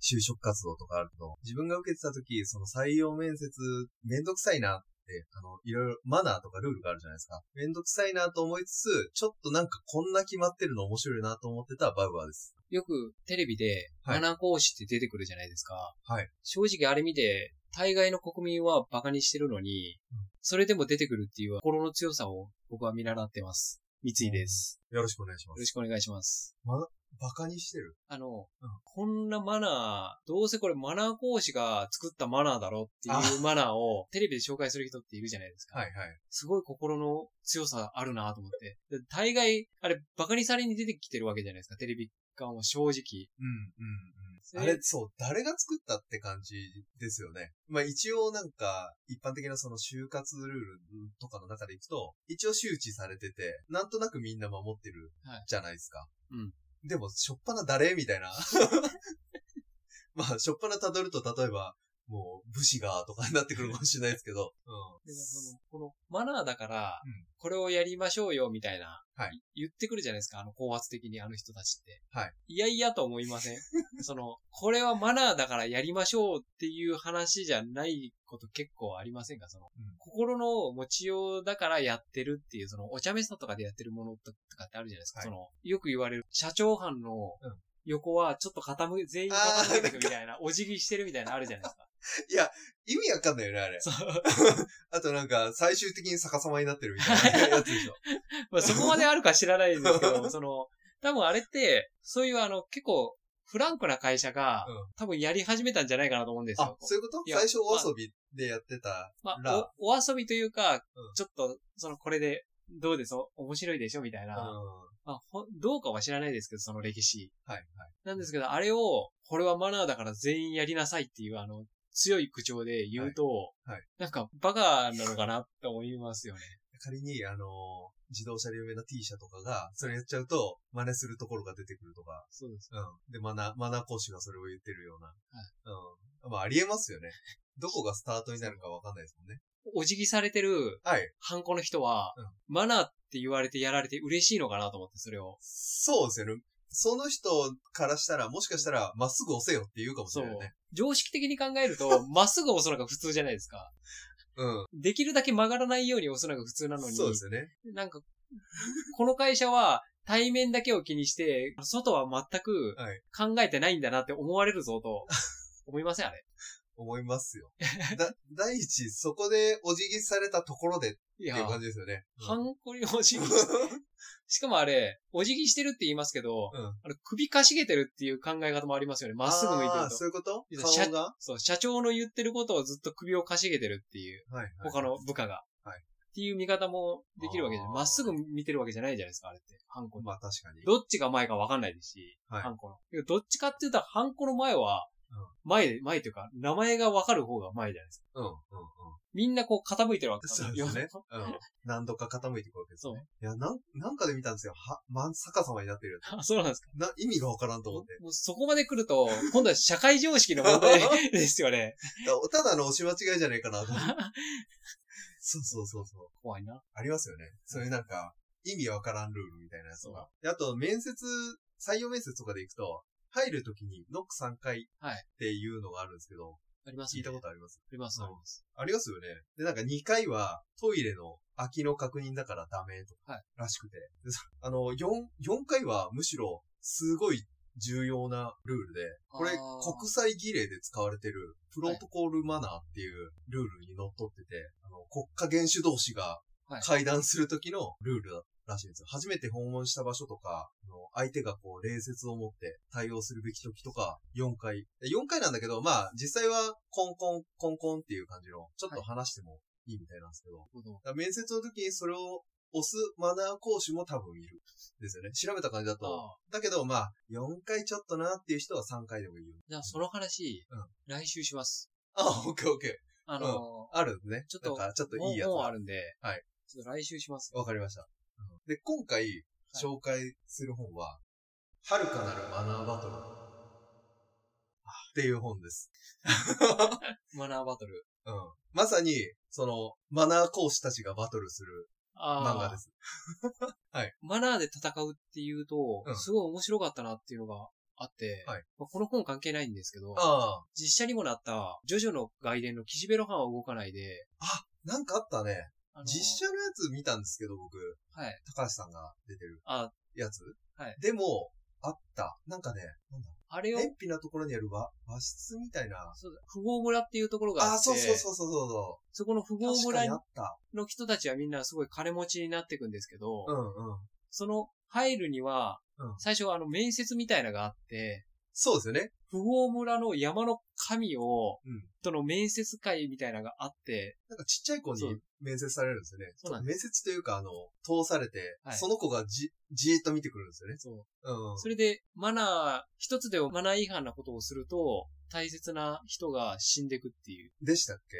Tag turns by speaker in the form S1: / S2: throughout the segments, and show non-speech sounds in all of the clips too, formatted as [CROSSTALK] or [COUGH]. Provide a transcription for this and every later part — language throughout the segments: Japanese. S1: 就職活動とかあると、自分が受けてた時、その採用面接、めんどくさいなって、あの、いろいろ、マナーとかルールがあるじゃないですか。めんどくさいなと思いつつ、ちょっとなんかこんな決まってるの面白いなと思ってたバウアーです。
S2: よくテレビで、
S1: は
S2: マ
S1: い
S2: ナー講師って出てくるじゃないですか。
S1: はい
S2: 正直あれ見て、大概の国民はバカにしてるのに、それでも出てくるっていう心の強さを僕は見習ってます。三井です。
S1: よろしくお願いしま
S2: よろ
S1: す。
S2: しくお願いします。
S1: バカにしてる。
S2: あの、
S1: うん
S2: こんなマナー、どうせこれマナー講師が作ったマナーだろっていうマナーをテレビで紹介する人っているじゃないですか。
S1: はいはい。
S2: すごい心の強さあるなと思って。で大概、あれ、バカにされに出てきてるわけじゃないですか、テレビ感は正
S1: う
S2: 直。
S1: んうんうん。あれ、そう、誰が作ったって感じですよね。まあ一応なんか、一般的なその就活ルールとかの中でいくと、一応周知されてて、なんとなくみんな守ってる
S2: はい
S1: じゃないですか。
S2: うん
S1: でも、しょっぱな誰みたいな。 [LAUGHS] まあ、しょっぱな辿ると、例えば、もう、武士が、とかになってくるかもしれないですけど。
S2: でもその、このマナーだから
S1: うん、
S2: これをやりましょうよ、みたいな、
S1: はい
S2: い言ってくるじゃないですか、あの、高圧的にあの人たちって。
S1: はい。
S2: いやいやと思いません [LAUGHS] その、これはマナーだからやりましょうっていう話じゃないこと結構ありませんかその、
S1: うん
S2: 心の持ちようだからやってるっていう、その、お茶目さとかでやってるものとかってあるじゃないですか、
S1: はい
S2: その、よく言われる、社長班の
S1: うん、
S2: 横はちょっと傾け、全員傾けてくみたいな、お辞儀してるみたいなのあるじゃないですか。
S1: うん。いや、意味わかんないよね、あれ。 [LAUGHS]
S2: そう。
S1: あとなんか、最終的に逆さまになってるみたいなやつ
S2: [LAUGHS]
S1: でしょ。
S2: まあ、そこまであるか知らないんですけど、そ [LAUGHS] の、多分あれって、そういうあの、結構、フランクな会社が、
S1: うん
S2: 多分やり始めたんじゃないかなと思うんです
S1: あ
S2: よ、。
S1: そういうこと
S2: いや
S1: 最初お遊びでやってた。
S2: まあ
S1: ら、
S2: お、お遊びというか、
S1: うん
S2: ちょっと、その、これで、どうですお面白いでしょみたい
S1: うん
S2: な、まあほんどうかは知らないですけど、その歴史。
S1: はい、はい。
S2: なんですけど、あれを、これはマナーだから全員やりなさいっていう、あの、強い口調で言うと、
S1: はいはい
S2: なんか、バカなのかなって思いますよね。
S1: 仮に、あのー自動車で有名な T 社とかが、それやっちゃうと、真似するところが出てくるとか。
S2: そうです。
S1: うん。で、マナ、マナ講師がそれを言ってるような。うん。まあ、ありえますよね。どこがスタートになるかわかんないですもんね。
S2: お辞儀されてる、
S1: はい。
S2: ハンコの人は、
S1: うん
S2: マナーって言われてやられて嬉しいのかなと思って、それを。
S1: そうですよね。その人からしたら、もしかしたら、まっすぐ押せよって言うかもし
S2: そ
S1: れ
S2: う
S1: ないよね。。
S2: 常識的に考える
S1: [LAUGHS]
S2: と、まっすぐ押すのが普通じゃないですか。
S1: うん。
S2: できるだけ曲がらないように押すのが普通なのに、
S1: そうですよね。
S2: なんか、この会社は対面だけを気にして、外は全く
S1: はい
S2: 考えてないんだなって思われるぞと、思いませんあれ。
S1: 思いますよ。 [LAUGHS] だ、第一、そこでお辞儀されたところでっ
S2: い
S1: て
S2: や
S1: いう、感じですよね。
S2: ハンコにお辞儀して、しかもあれ、お辞儀してるって言いますけど、
S1: うん。うん
S2: あの首かしげてるっていう考え方もありますよね。まっすぐ向いて
S1: あ
S2: る
S1: ー
S2: と
S1: そ。ういうこと
S2: いやシャ
S1: 顔が
S2: そう、社長の言ってることをずっと首をかしげてるっていう、
S1: はい、はい。
S2: 他の部下が。
S1: はい
S2: っていう見方もできるわけじゃな
S1: あ
S2: い。
S1: ー
S2: まっすぐ見てるわけじゃないじゃないですか、あれって。ハンコ
S1: まあ確かに。
S2: どっちが前かわかんないですし、
S1: はい
S2: ハンコの。けどどっちかって言ったら、ハンコの前は
S1: うん、
S2: 前で、前というか、名前がわかる方が前じゃないですか。
S1: うん、うん、うん。
S2: みんなこう傾いてるわけ
S1: そうですね。うん。何度か傾いていくわけですね。いや、なん、なんかで見たんですよ。は、真っ逆さまになってるや
S2: あそうなんですか。
S1: つ。な、意味がわからんと思って。
S2: もうそこまで来ると、今度は社会常識の問
S1: [LAUGHS]
S2: 題ですよね。
S1: だただの押し間違いじゃないかなと思って。 [LAUGHS] そうそうそうそう。
S2: 怖いな。
S1: ありますよね。そういうなんか、意味わからんルールみたいなやつ
S2: そ
S1: が。であと、面接、採用面接とかで行くと、入るときにノック3回
S2: はい
S1: っていうのがあるんですけど、
S2: あります、。
S1: 聞いたこととあります
S2: あります、
S1: うん
S2: あります。
S1: ありますよね。で、なんか2回はトイレの空きの確認だからダメと
S2: は
S1: か
S2: い、
S1: らしくて。でそ [LAUGHS] あの、4、4回はむしろすごい重要なルールで、これ
S2: あー
S1: 国際儀礼で使われてるプロトコールマナーっていうルールにのっとってて、あの国家元首同士が
S2: はい
S1: 会談する時のルールだらしいんですよ。初めて訪問した場所とか、あの相手がこう礼節を持って対応するべき時とか、4回。4回なんだけど、まあ実際はコンコン、コンコンっていう感じの、ちょっと話してもいいみたいなんですけど、
S2: なるほど
S1: だから面接の時にそれを押すマナー講師も多分いる。ですよね。調べた感じだと。
S2: ああ
S1: だけど、まあ、4回ちょっとなっていう人は3回でもいいよ。
S2: じゃあ、その話、
S1: うん
S2: 来週します。
S1: あ、オッケーオッケー。
S2: あのー、
S1: あるんですね。
S2: ちょっと
S1: だからちょっと
S2: も
S1: いいうやつ
S2: もうあ
S1: が。
S2: るんで、
S1: はい。
S2: ちょっと来週します。
S1: わかりました。で、今回紹介する本は、はるかなるマナーバトル。っていう本です。
S2: マナーバトル。
S1: うん。まさに、その、マナー講師たちがバトルする
S2: あ
S1: 漫画です。
S2: マナーで戦うっていうと、
S1: うん
S2: すごい面白かったなっていうのがあって、
S1: はい
S2: まあこの本関係ないんですけど、
S1: ああ。
S2: 実写にもなった、ジョジョの外伝の岸辺露伴は動かないで、
S1: あ、なんかあったね。
S2: あの
S1: 実写のやつ見たんですけど、僕。
S2: はい。
S1: 高橋さんが出てる
S2: あ、
S1: やつ。
S2: はい
S1: でも、あった。なんかね、なんだ
S2: あれを、
S1: 便秘なところにある和和室みたいな。
S2: そうだ富豪村っていうところがあって、
S1: あ、そうそうそうそうそうそ
S2: そこの富
S1: う。
S2: 豪
S1: 確か
S2: 村
S1: にあった。
S2: の人たちはみんなすごい金持ちになっていくんですけど、
S1: うんうん。
S2: その入るには
S1: うん、
S2: 最初はあの面接みたいなのがあって、
S1: そうですよね。
S2: 富豪村の山の神を、
S1: うん
S2: との面接会みたいなのがあって、
S1: なんかちっちゃい子に
S2: そう
S1: 面接されるんですよね。
S2: そうなん
S1: 面接というか、あの、通されて、
S2: はい
S1: その子がじ、じーっと見てくるんですよね。
S2: そう
S1: うん。
S2: それで、マナー、一つでもマナー違反なことをすると、大切な人が死んでくっていう、
S1: でしたっけ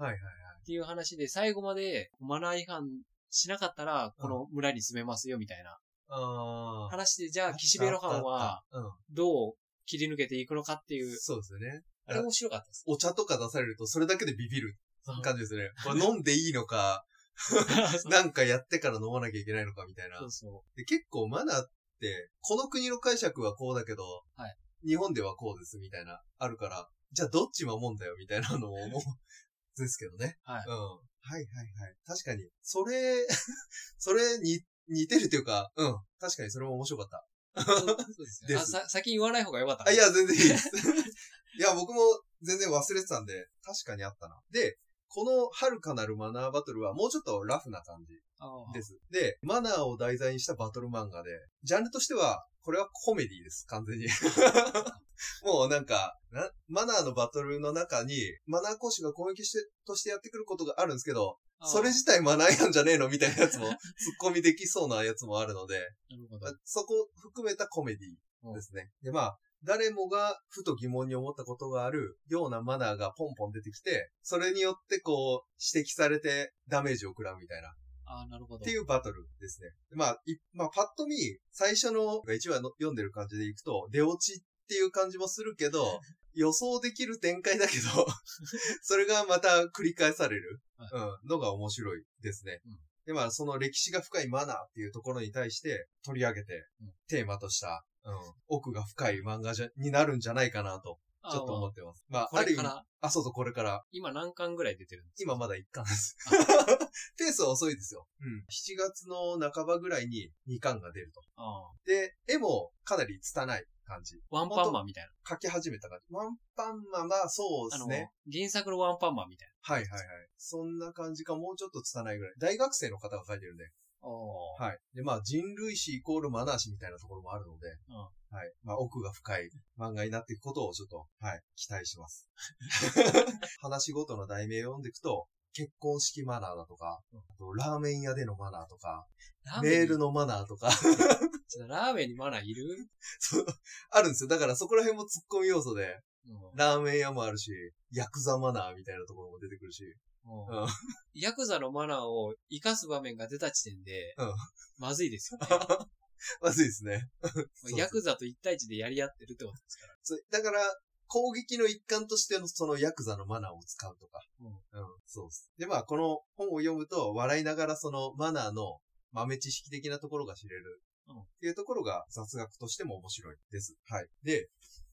S2: は
S1: はい
S2: い。
S1: はい
S2: っていう話で、最後までマナー違反しなかったら、この村に住めますよ、みたいな
S1: あー
S2: 話で、じゃ
S1: あっ
S2: あ、
S1: た。
S2: 岸辺露伴は、
S1: あった、あっ
S2: どう切り抜けていくのかってい
S1: たう。、
S2: うん
S1: そうですよね。
S2: あれ面白かったです。
S1: お茶とか出されると、それだけでビビる
S2: [LAUGHS]
S1: 感じですよね。これ飲んでいいのか、
S2: そう
S1: なんかやってから飲まなきゃいけないのかみたいな
S2: そ。うそ
S1: で結構マナーって、この国の解釈はこうだけど、
S2: は
S1: 日本ではこうですみたいな、あるから、じゃあどっち守んだよみたいなのも思うですけどね。
S2: はい
S1: [LAUGHS] うん。はいはいはい。確かに、それ、 [LAUGHS] それに似てるというか、うん。確かにそれも面白かった。
S2: う。そうそうですよね。
S1: で
S2: あ、
S1: す
S2: さ、先に言わない方がよかった。
S1: あ、いや、全然いい
S2: [LAUGHS]
S1: です。いや、僕も全然忘れてたんで、確かにあったな。で、この遥かなるマナーバトルはもうちょっとラフな感じ。
S2: あー。
S1: です。で、マナーを題材にしたバトル漫画で、ジャンルとしては、これはコメディです、完全に。 [LAUGHS] もうなんかな、マナーのバトルの中に、マナー講師が攻撃して、としてやってくることがあるんですけど、
S2: あー
S1: それ自体マナーやんじゃねえのみたいなや
S2: [LAUGHS]
S1: つも、ツッコミできそうなやつもあるので、
S2: なるほど。
S1: そこ含めたコメディですね。で、まあ、誰もがふと疑問に思ったことがあるようなマナーがポンポン出てきて、それによってこう、指摘されてダメージを食らうみたいな。
S2: あーなるほど。
S1: っていうバトルですね。まあ、いまあ、パッと見、最初の1話の読んでる感じでいくと、出落ちっていう感じもするけ
S2: [LAUGHS]
S1: ど、予想できる展開だけど、 [LAUGHS] それがまた繰り返される、うん、のが面白いですね。
S2: うん
S1: で、まあ、その歴史が深いマナーっていうところに対して取り上げて
S2: うん、
S1: テーマとした、うん、奥が深い漫画じゃになるんじゃないかなと、
S2: あー、
S1: ちょっと思ってます。まあ、
S2: こ
S1: ある
S2: れ
S1: 意
S2: か
S1: 味、
S2: ら、
S1: あ、そうそう、これから
S2: 今何巻ぐらい出てるんですか
S1: 今まだ1巻です。 [LAUGHS] ペースは遅いですよ。うん。7月の半ばぐらいに2巻が出ると。
S2: あー
S1: で、絵もかなり拙い感じ。
S2: ワンパンマンみたいな。
S1: 描き始めた感じ。ワンパンマンはそうで
S2: あ
S1: す
S2: の、
S1: ね。
S2: 原作のワンパンマンみたい
S1: はいはいはい。そんな感じか、もうちょっと拙いぐらい。大学生の方が描いてるね。
S2: な。おー
S1: はい。で、まあ、人類史イコールマナー史みたいなところもあるので、
S2: うん
S1: はい。まあ、奥が深い漫画になっていくことをちょっと、はい、期待し
S2: [LAUGHS]
S1: ます。話ごとの題名を読んでいくと、結婚式マナーだとか、あとラーメン屋でのマナーとか、
S2: ラ
S1: メール
S2: の。
S1: のマナーとか、 [LAUGHS]
S2: ちょっとラーメンにマナーいる
S1: そうあるんですよ。だからそこら辺も突っ込み要素で、
S2: うん
S1: ラーメン屋もあるし、ヤクザマナーみたいなところも出てくるし、 [LAUGHS]
S2: うん
S1: うん
S2: ヤクザのマナーを活かす場面が出た時点で
S1: うん、
S2: まずいですよね。
S1: まずいですね。 [LAUGHS] そう
S2: ヤクザと一対一でやり合ってるってことですから。
S1: そうだから、攻撃の一環としてのそのヤクザのマナーを使うとか。
S2: うん
S1: そうです。で、まあ、この本を読むと、笑いながらそのマナーの豆知識的なところが知れる。
S2: うん
S1: っていうところが雑学としても面白いです。はい。で、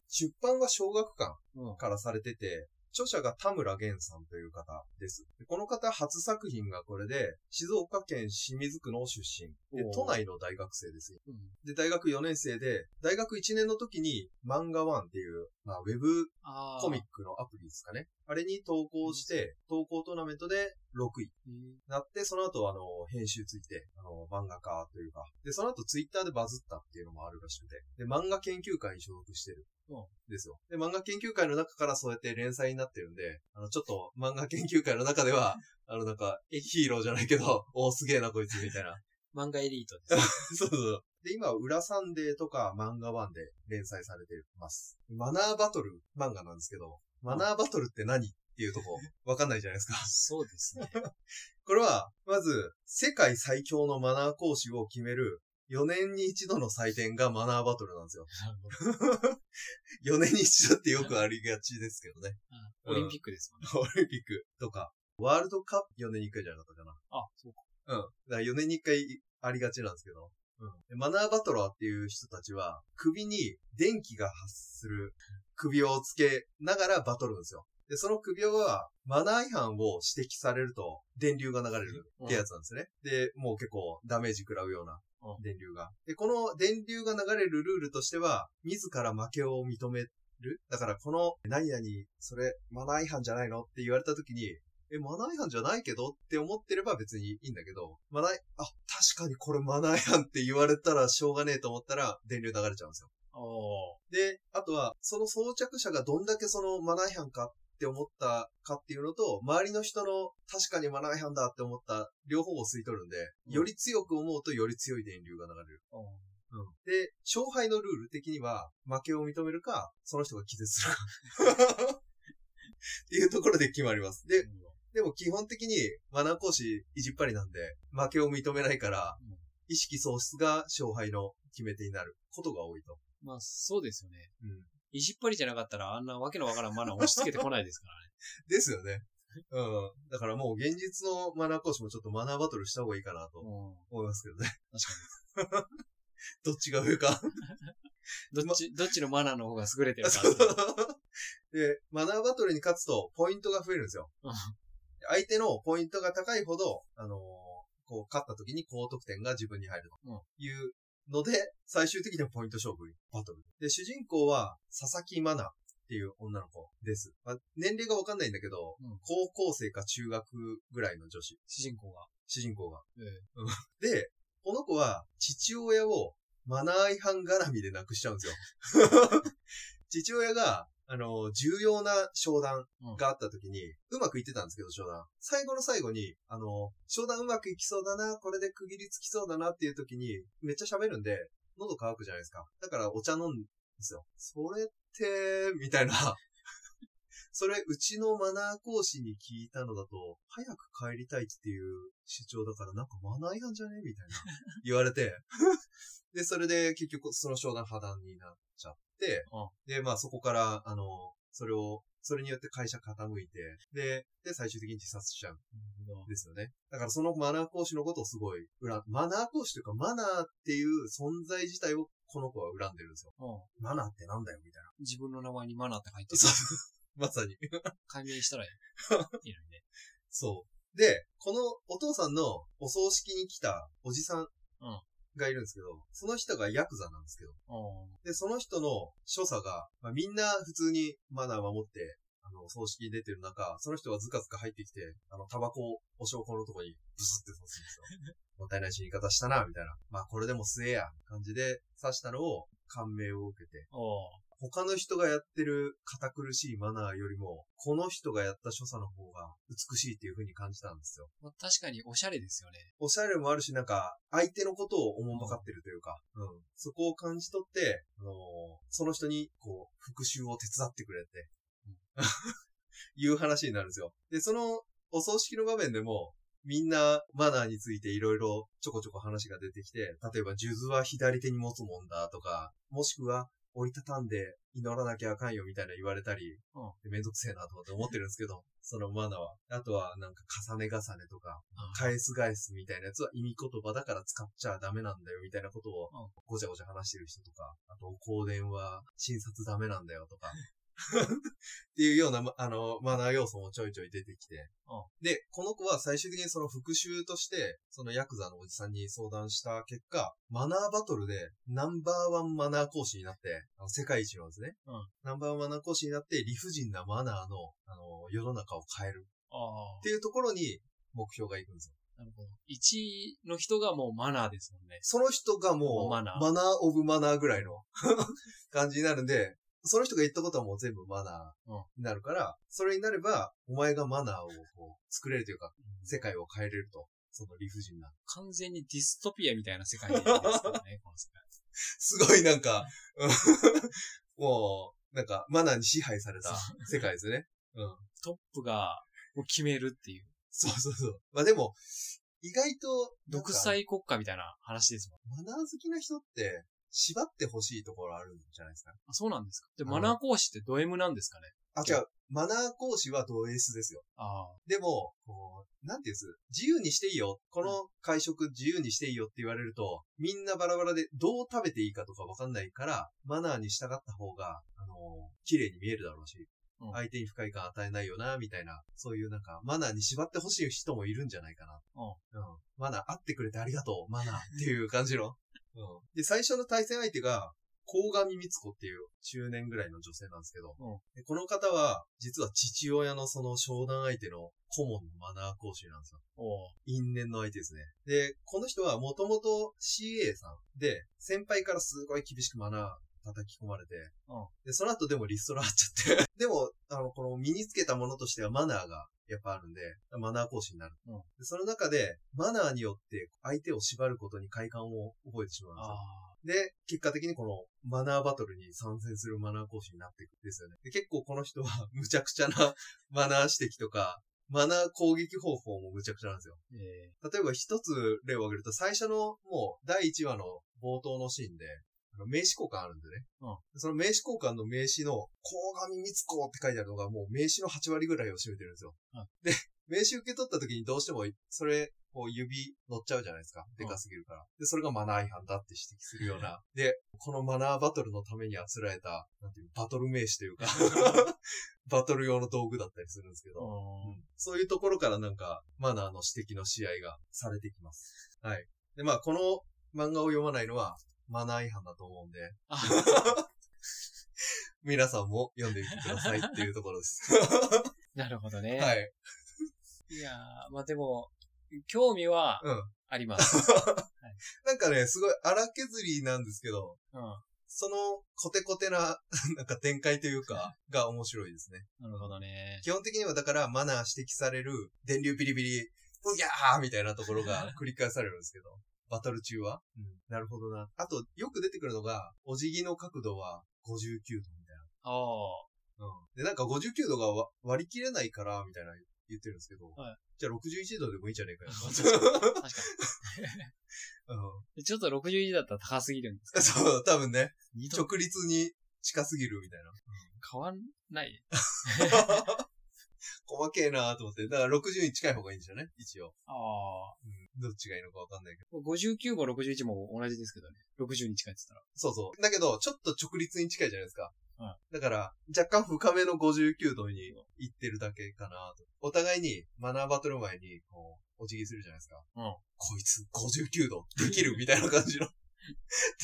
S1: 出版は小学館
S2: うん
S1: からされてて、著者が田村源さんという方です。でこの方初作品がこれで、静岡県清水区の出身。で
S2: おー
S1: 都内の大学生です。
S2: うん
S1: で、大学4年生で、大学1年の時に、漫画ワンっていう、まあ、ウェブ
S2: あー
S1: コミックのアプリですかね。あれに投稿して、投稿トーナメントで6位に
S2: へー
S1: なって、その後、あの、編集ついて、あの、漫画家というか、で、その後ツイッターでバズったっていうのもあるらしくて、で、漫画研究会に所属してる。
S2: うん
S1: ですよ。で、漫画研究会の中からそうやって連載になってるんで、あの、ちょっと漫画研究会の中では、あの、なんか、ヒーローじゃないけど、おーすげえなこいつみたいな
S2: 漫画エリートで
S1: [LAUGHS]
S2: す。
S1: そうそう。で、今、裏サンデーとか漫画版で連載されてます。マナーバトル漫画なんですけど、マナーバトルって何っていうと [LAUGHS] こ、わかんないじゃないですか。
S2: そうで
S1: [LAUGHS]
S2: すね。
S1: これは、まず、世界最強のマナー講師を決める、4年に一度の祭典がマナーバトルなんですよ。
S2: なるほど
S1: 4年に一度ってよくありがちですけどね。 [LAUGHS]
S2: オリンピックですもんね。
S1: オリンピックとか、ワールドカップ4年に1回じゃなかったかな。
S2: あ、そうか。
S1: うん。だから4年に1回ありがちなんですけど。うん、マナーバトラーっていう人たちは、首に電気が発する首をつけながらバトるんですよ。で、その首輪は、マナー違反を指摘されると、電流が流れるってやつなんですね。で、もう結構ダメージ食らうような
S2: うん
S1: 電流が。で、この電流が流れるルールとしては、自ら負けを認める。だから、この、何々、それ、マナー違反じゃないのって言われた時に、え、マナー違反じゃないけどって思ってれば別にいいんだけど、マナー、あ、確かにこれマナー違反って言われたらしょうがねえと思ったら、電流流れちゃうんですよ。
S2: お
S1: で、あとは、その装着者がどんだけそのマナー違反かって思ったかっていうのと、周りの人の確かにマナー違反だって思った両方を吸い取るんで、
S2: うん
S1: より強く思うとより強い電流が流れる。
S2: ーお
S1: で、勝敗のルール的には、負けを認めるか、その人が気絶するか。
S2: [LAUGHS]
S1: っていうところで決まります。で
S2: ー、
S1: でも基本的にマナー講師いじっぱりなんで、負けを認めないから
S2: うん、
S1: 意識喪失が勝敗の決め手になることが多いと。
S2: まあ、そうですよね。
S1: うん
S2: いじっぱりじゃなかったら、あんなわけのわからんマナー押し付けてこないですからね。
S1: ですよね。うん。だからもう現実のマナー講師もちょっとマナーバトルした方がいいかなと
S2: うん
S1: 思いますけどね。
S2: 確
S1: [LAUGHS] どっちが上か。
S2: かに。どっち、どっちのマナーの方が優れてるかっ
S1: [LAUGHS]
S2: て
S1: そ
S2: いう
S1: う。で、マナーバトルに勝つと、ポイントが増えるんですよ
S2: うん。
S1: 相手のポイントが高いほど、あのーこう、勝った時に高得点が自分に入る
S2: うん
S1: というので、最終的にはポイント勝負に、バトル。で、主人公は、佐々木マナっていう女の子です。まあ、年齢がわかんないんだけど、
S2: うん
S1: 高校生か中学ぐらいの女子、
S2: 主人公が。
S1: 主人公が。
S2: ええ
S1: で、この子は父親をマナー違反絡みで亡くしちゃうんですよ。 [LAUGHS] 父親が、あの、重要な商談があった時に、うまくいってたんですけど、商談。最後の最後に、あの、商談うまくいきそうだな、これで区切りつきそうだなっていう時に、めっちゃ喋るんで、喉乾くじゃないですか。だからお茶飲むんですよ。それって、みたいな。それ、うちのマナー講師に聞いたのだと、早く帰りたいっていう主張だから、なんかマナー違反じゃねみたい
S2: [LAUGHS]
S1: な。言われて。で、それで結局その商談破談になっちゃって、で、まあそこから、あの、それを、それによって会社傾いて、で、で、最終的に自殺しちゃう
S2: なるほ
S1: んですよね。だからそのマナー講師のことをすごい恨ん、マナー講師というかマナーっていう存在自体をこの子は恨んでるんですよ。
S2: どうん
S1: マナーってなんだよみた
S2: [LAUGHS]
S1: いな。 [LAUGHS]
S2: 自分の名前にマナーって書いてる
S1: そ。う。まさに。
S2: 解明したらいい
S1: [LAUGHS]
S2: いいのにね。
S1: そう。で、このお父さんのお葬式に来たおじさん
S2: うん
S1: がいるんですけど、その人がヤクザなんですけど、
S2: おー
S1: で、その人の所作が、まあ、みんな普通にマナー守って、あの、葬式に出てる中、その人はずかずか入ってきて、あの、タバコをお証拠のとこにブスって刺すんですよ。もったいない死に方したな、みたいな。まあ、これでも末や、感じで刺したのを感銘を受けて、
S2: おー
S1: 他の人がやってる堅苦しいマナーよりも、この人がやった所作の方が美しいっていう風に感じたんですよ。
S2: まあ、確かにおしゃれですよね。
S1: おしゃれもあるし、なんか、相手のことをおもんばかってるというか、うん。そこを感じ取って、あのーその人に、こう、復讐を手伝ってくれって、いう話になるんですよ。で、その、お葬式の場面でも、みんな、マナーについていろいろちょこちょこ話が出てきて、例えば、数珠は左手に持つもんだとか、もしくは、折りたたんで祈らなきゃあかんよみたいな言われたり、
S2: うん
S1: でめんどくせえなと思って思ってるんですけど、そのマナーは。あとは、なんか重ね重ねとか、返す返すみたいなやつは意味言葉だから使っちゃダメなんだよみたいなことを
S2: うん
S1: ごちゃごちゃ話してる人とか、あと、香典は診察ダメなんだよとか、っていうような、まあの、マナー要素もちょいちょい出てきて、で、この子は最終的にその復讐として、そのヤクザのおじさんに相談した結果、マナーバトルでナンバーワンマナー講師になって、あの世界一のですね、
S2: うん
S1: ナンバーワンマナー講師になって理不尽なマナーの、あの、世の中を変える
S2: あ
S1: っていうところに目標がいくんですよ。
S2: あ、なるほど。1位の人がもうマナーですもんね。
S1: その人がもう、
S2: マナー
S1: マナーオブマナーぐらいの [LAUGHS] 感じになるんで、その人が言ったことはもう全部マナ
S2: うん
S1: ーになるから、それになれば、お前がマナーをこう作れるというか、世界を変えれると。その理不尽な。
S2: 完全にディストピアみたいな世界で
S1: [LAUGHS]
S2: すからね、この世界。
S1: すごいなんか、 [LAUGHS] うんもう、なんか、マナーに支配された世界ですね。うん。
S2: トップがもう決めるっていう。
S1: そうそうそう。まあでも、意外と、なんか
S2: 独裁国家みたいな話ですもん。
S1: マナー好きな人って、縛ってほしいところあるんじゃないですか。
S2: あそうなんですか。で、
S1: うん
S2: マナー講師ってド M なんですかね。
S1: あ、違う。マナー講師は同 S ですよ。
S2: あ
S1: でも、こう、なんていうんです自由にしていいよ。この会食自由にしていいよって言われると、みんなバラバラでどう食べていいかとかわかんないから、マナーに従った方が、あのー綺麗に見えるだろうし、
S2: うん
S1: 相手に不快感与えないよな、みたいな、そういうなんか、マナーに縛ってほしい人もいるんじゃないかな。うん。マナー、会ってくれてありがとう、マナーっていう感じの。うん。で、最初の対戦相手が、鴻上光子っていう中年ぐらいの女性なんですけど、
S2: うん
S1: でこの方は、実は父親のその商談相手の顧問のマナー講師なんですよ。
S2: あ。おう
S1: 因縁の相手ですね。で、この人はもともと CA さんで、先輩からすごい厳しくマナー叩き込まれて、
S2: うん
S1: で、その後でもリストラあっちゃって。 [LAUGHS] でも、あの、この身につけたものとしてはマナーがやっぱあるんで、マナー講師になる。
S2: うん
S1: でその中で、マナーによって相手を縛ることに快感を覚えてしまうんですよ。
S2: あ
S1: で、結果的にこのマナーバトルに参戦するマナー講師になっていくんですよね。で結構この人は [LAUGHS] むちゃくちゃなマナー指摘とか、マナー攻撃方法もむちゃくちゃなんですよ。
S2: ー。え
S1: 例えば一つ例を挙げると、最初のもう第1話の冒頭のシーンで、あの名刺交換あるんでね。
S2: うん
S1: その名刺交換の名刺の、鴻上光子って書いてあるのがもう名刺の8割ぐらいを占めてるんですよ。
S2: うん
S1: で、名刺受け取った時にどうしても、それ、こう指乗っちゃうじゃないですか。でかすぎるから。で、それがマナー違反だって指摘するような。で、このマナーバトルのためにあつらえた、なんていう、バトル名刺という
S2: [LAUGHS]
S1: か、バトル用の道具だったりするんですけ
S2: ー。
S1: ど。
S2: おー
S1: そういうところからなんか、マナーの指摘の試合がされてきます。はい。で、まあ、この漫画を読まないのは、マナー違反だと思うんで、
S2: あ、
S1: [LAUGHS] 皆さんも読んでみてくださいっていうところです。
S2: なるほど [LAUGHS] ね。
S1: はい。
S2: い。やー、まあでも、興味は
S1: うん。
S2: あ
S1: [LAUGHS]
S2: ります。
S1: なんかね、すごい荒削りなんですけど、
S2: うん。
S1: そのコテコテな、なんか展開というか、が面白いですね。
S2: なるほどね。
S1: 基本的にはだからマナー指摘される、電流ビリビリ、うぎゃーみたいなところが繰り返されるんですけど、バトル中は、うん、なるほどな。あと、よく出てくるのが、お辞儀の角度は59度みたい
S2: ああ。
S1: [LAUGHS] な。うん。で、なんか59度がわ割り切れないから、みたいな言ってるんですけど、
S2: はい
S1: じゃあ61度でもいいじゃねえ
S2: [LAUGHS]
S1: かよ。
S2: 確かに。ちょっと61だったら高すぎるんです
S1: う
S2: け
S1: ん。 [LAUGHS] そう、多分ね、
S2: ど、二度
S1: 直立に近すぎるみたいな。
S2: 変わんない。
S1: 細けえなーと思って。だから60に近い方がいいんですよね、一応。
S2: ああ。
S1: どっちがいいのかわかんないけど。
S2: 59も61も同じですけどね。60に近いって言っ
S1: そうそう。だけど、ちょっと直立に近いじゃないですか。
S2: うん
S1: だから、若干深めの59度に行ってるだけかなと。お互いに、マナーバトル前に、こう、お辞儀するじゃないですか。
S2: うん
S1: こいつ、59度、できるみたいな感じの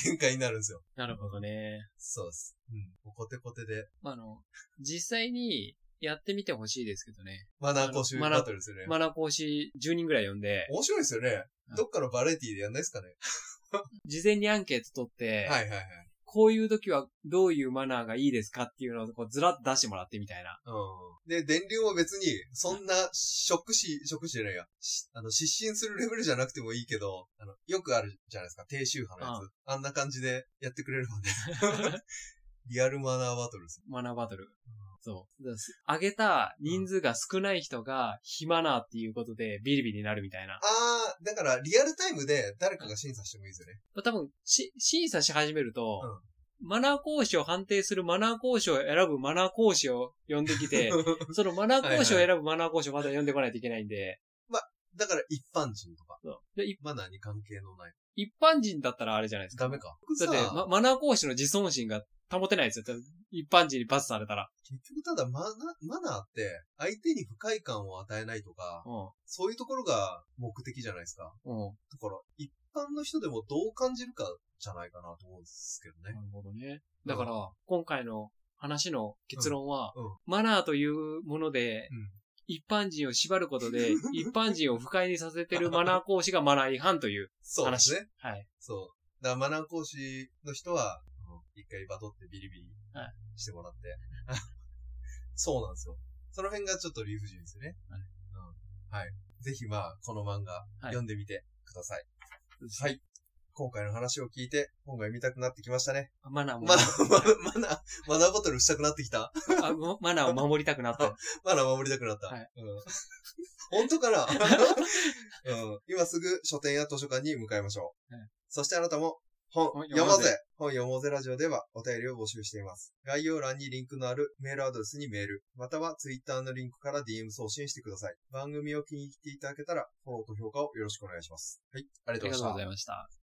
S1: 展開になるんですよ。
S2: たら。なるほどね。
S1: そうです。うん。もうコテコテで、
S2: まあ、あの、実際にやってみてほしいですけどね。
S1: マナー講習
S2: マナー
S1: バトルですよね。
S2: マナー講師10人ぐらい呼んで、
S1: 面白いですよね
S2: うん。
S1: どっかのバラエティでやんないですかね。
S2: 事前にアンケート取って、
S1: はいはいはい。
S2: こういう時はどういうマナーがいいですかっていうのをこうずらっと出してもらってみたいな。
S1: うん。で、電流も別に、そんな、食死、食死じゃないや。しあの、失神するレベルじゃなくてもいいけど、あの、よくあるじゃないですか、低周波のやつ。あんな感じでやってくれるの
S2: [LAUGHS]
S1: で。リアルマナーバトルです。
S2: マナーバトル。そう。だからす上げた人数が少ない人が非マナーっていうことでビリビリになるみたいな。
S1: あー、だから、リアルタイムで誰かが審査してもいいですよね。
S2: まあ多分し、審査し始めると、マナー講師を判定するマナー講師を選ぶマナー講師を呼んできて、 [LAUGHS] そのマナー講師を選ぶマナー講師をまた呼んでこないといけないんで、
S1: [LAUGHS] だから、一般人とか、
S2: そうでい
S1: マナーに関係のない。
S2: 一般人だったらあれじゃないですか。
S1: ダメか。
S2: だって
S1: さ、あ
S2: まマナー講師の自尊心が保てないですよ。多分一般人に罰されたら。
S1: 結局ただマナ、マナーって、相手に不快感を与えないとか、
S2: う
S1: そういうところが目的じゃないですか。
S2: ん。うん。
S1: だから、一般の人でもどう感じるかじゃないかなと思うんですけど
S2: な
S1: ね。
S2: るほどね。だから、今回の話の結論は、
S1: うんうん
S2: マナーというもので、
S1: うん
S2: 一般人を縛ること
S1: [LAUGHS]
S2: で、一般人を不快にさせてるマナー講師がマナー違反という
S1: そうで
S2: 話。
S1: すね。
S2: はい。
S1: そう。だから、マナー講師の人は、うん一回バトってビリビリ
S2: はい
S1: してもらって。 [LAUGHS] そうなんですよ。その辺がちょっと理不尽ですよね。
S2: はい
S1: うんはい。ぜひまあ、この漫画、
S2: い
S1: 読んでみてください。はい。今回の話を聞いて、今回見たくなってきましたね。
S2: マナーも、
S1: マナー、マナー、マナー、マナーボトルしたくなってきた。
S2: あもマナーを守りたくなった。
S1: [LAUGHS] まだ守りたくなった。
S2: はい
S1: うん、 [LAUGHS] 本当かな、 [LAUGHS] うん、今すぐ書店や図書館に向かいましょう。
S2: はい
S1: そしてあなたも本
S2: 本、
S1: 読
S2: 読
S1: も
S2: も
S1: う
S2: う
S1: ぜ
S2: ぜ
S1: 本読もうぜラジオではお便りを募集しています。概要欄にリンクのあるメールアドレスにメール、またはツイッターのリンクから DM 送信してください。番組を気に入っていただけたら、フォローと評価をよろしくお願いします。はい、ありが
S2: あ
S1: とう
S2: り
S1: ござ
S2: が
S1: い
S2: と
S1: ま
S2: う
S1: し
S2: ご
S1: た
S2: ざ。いました。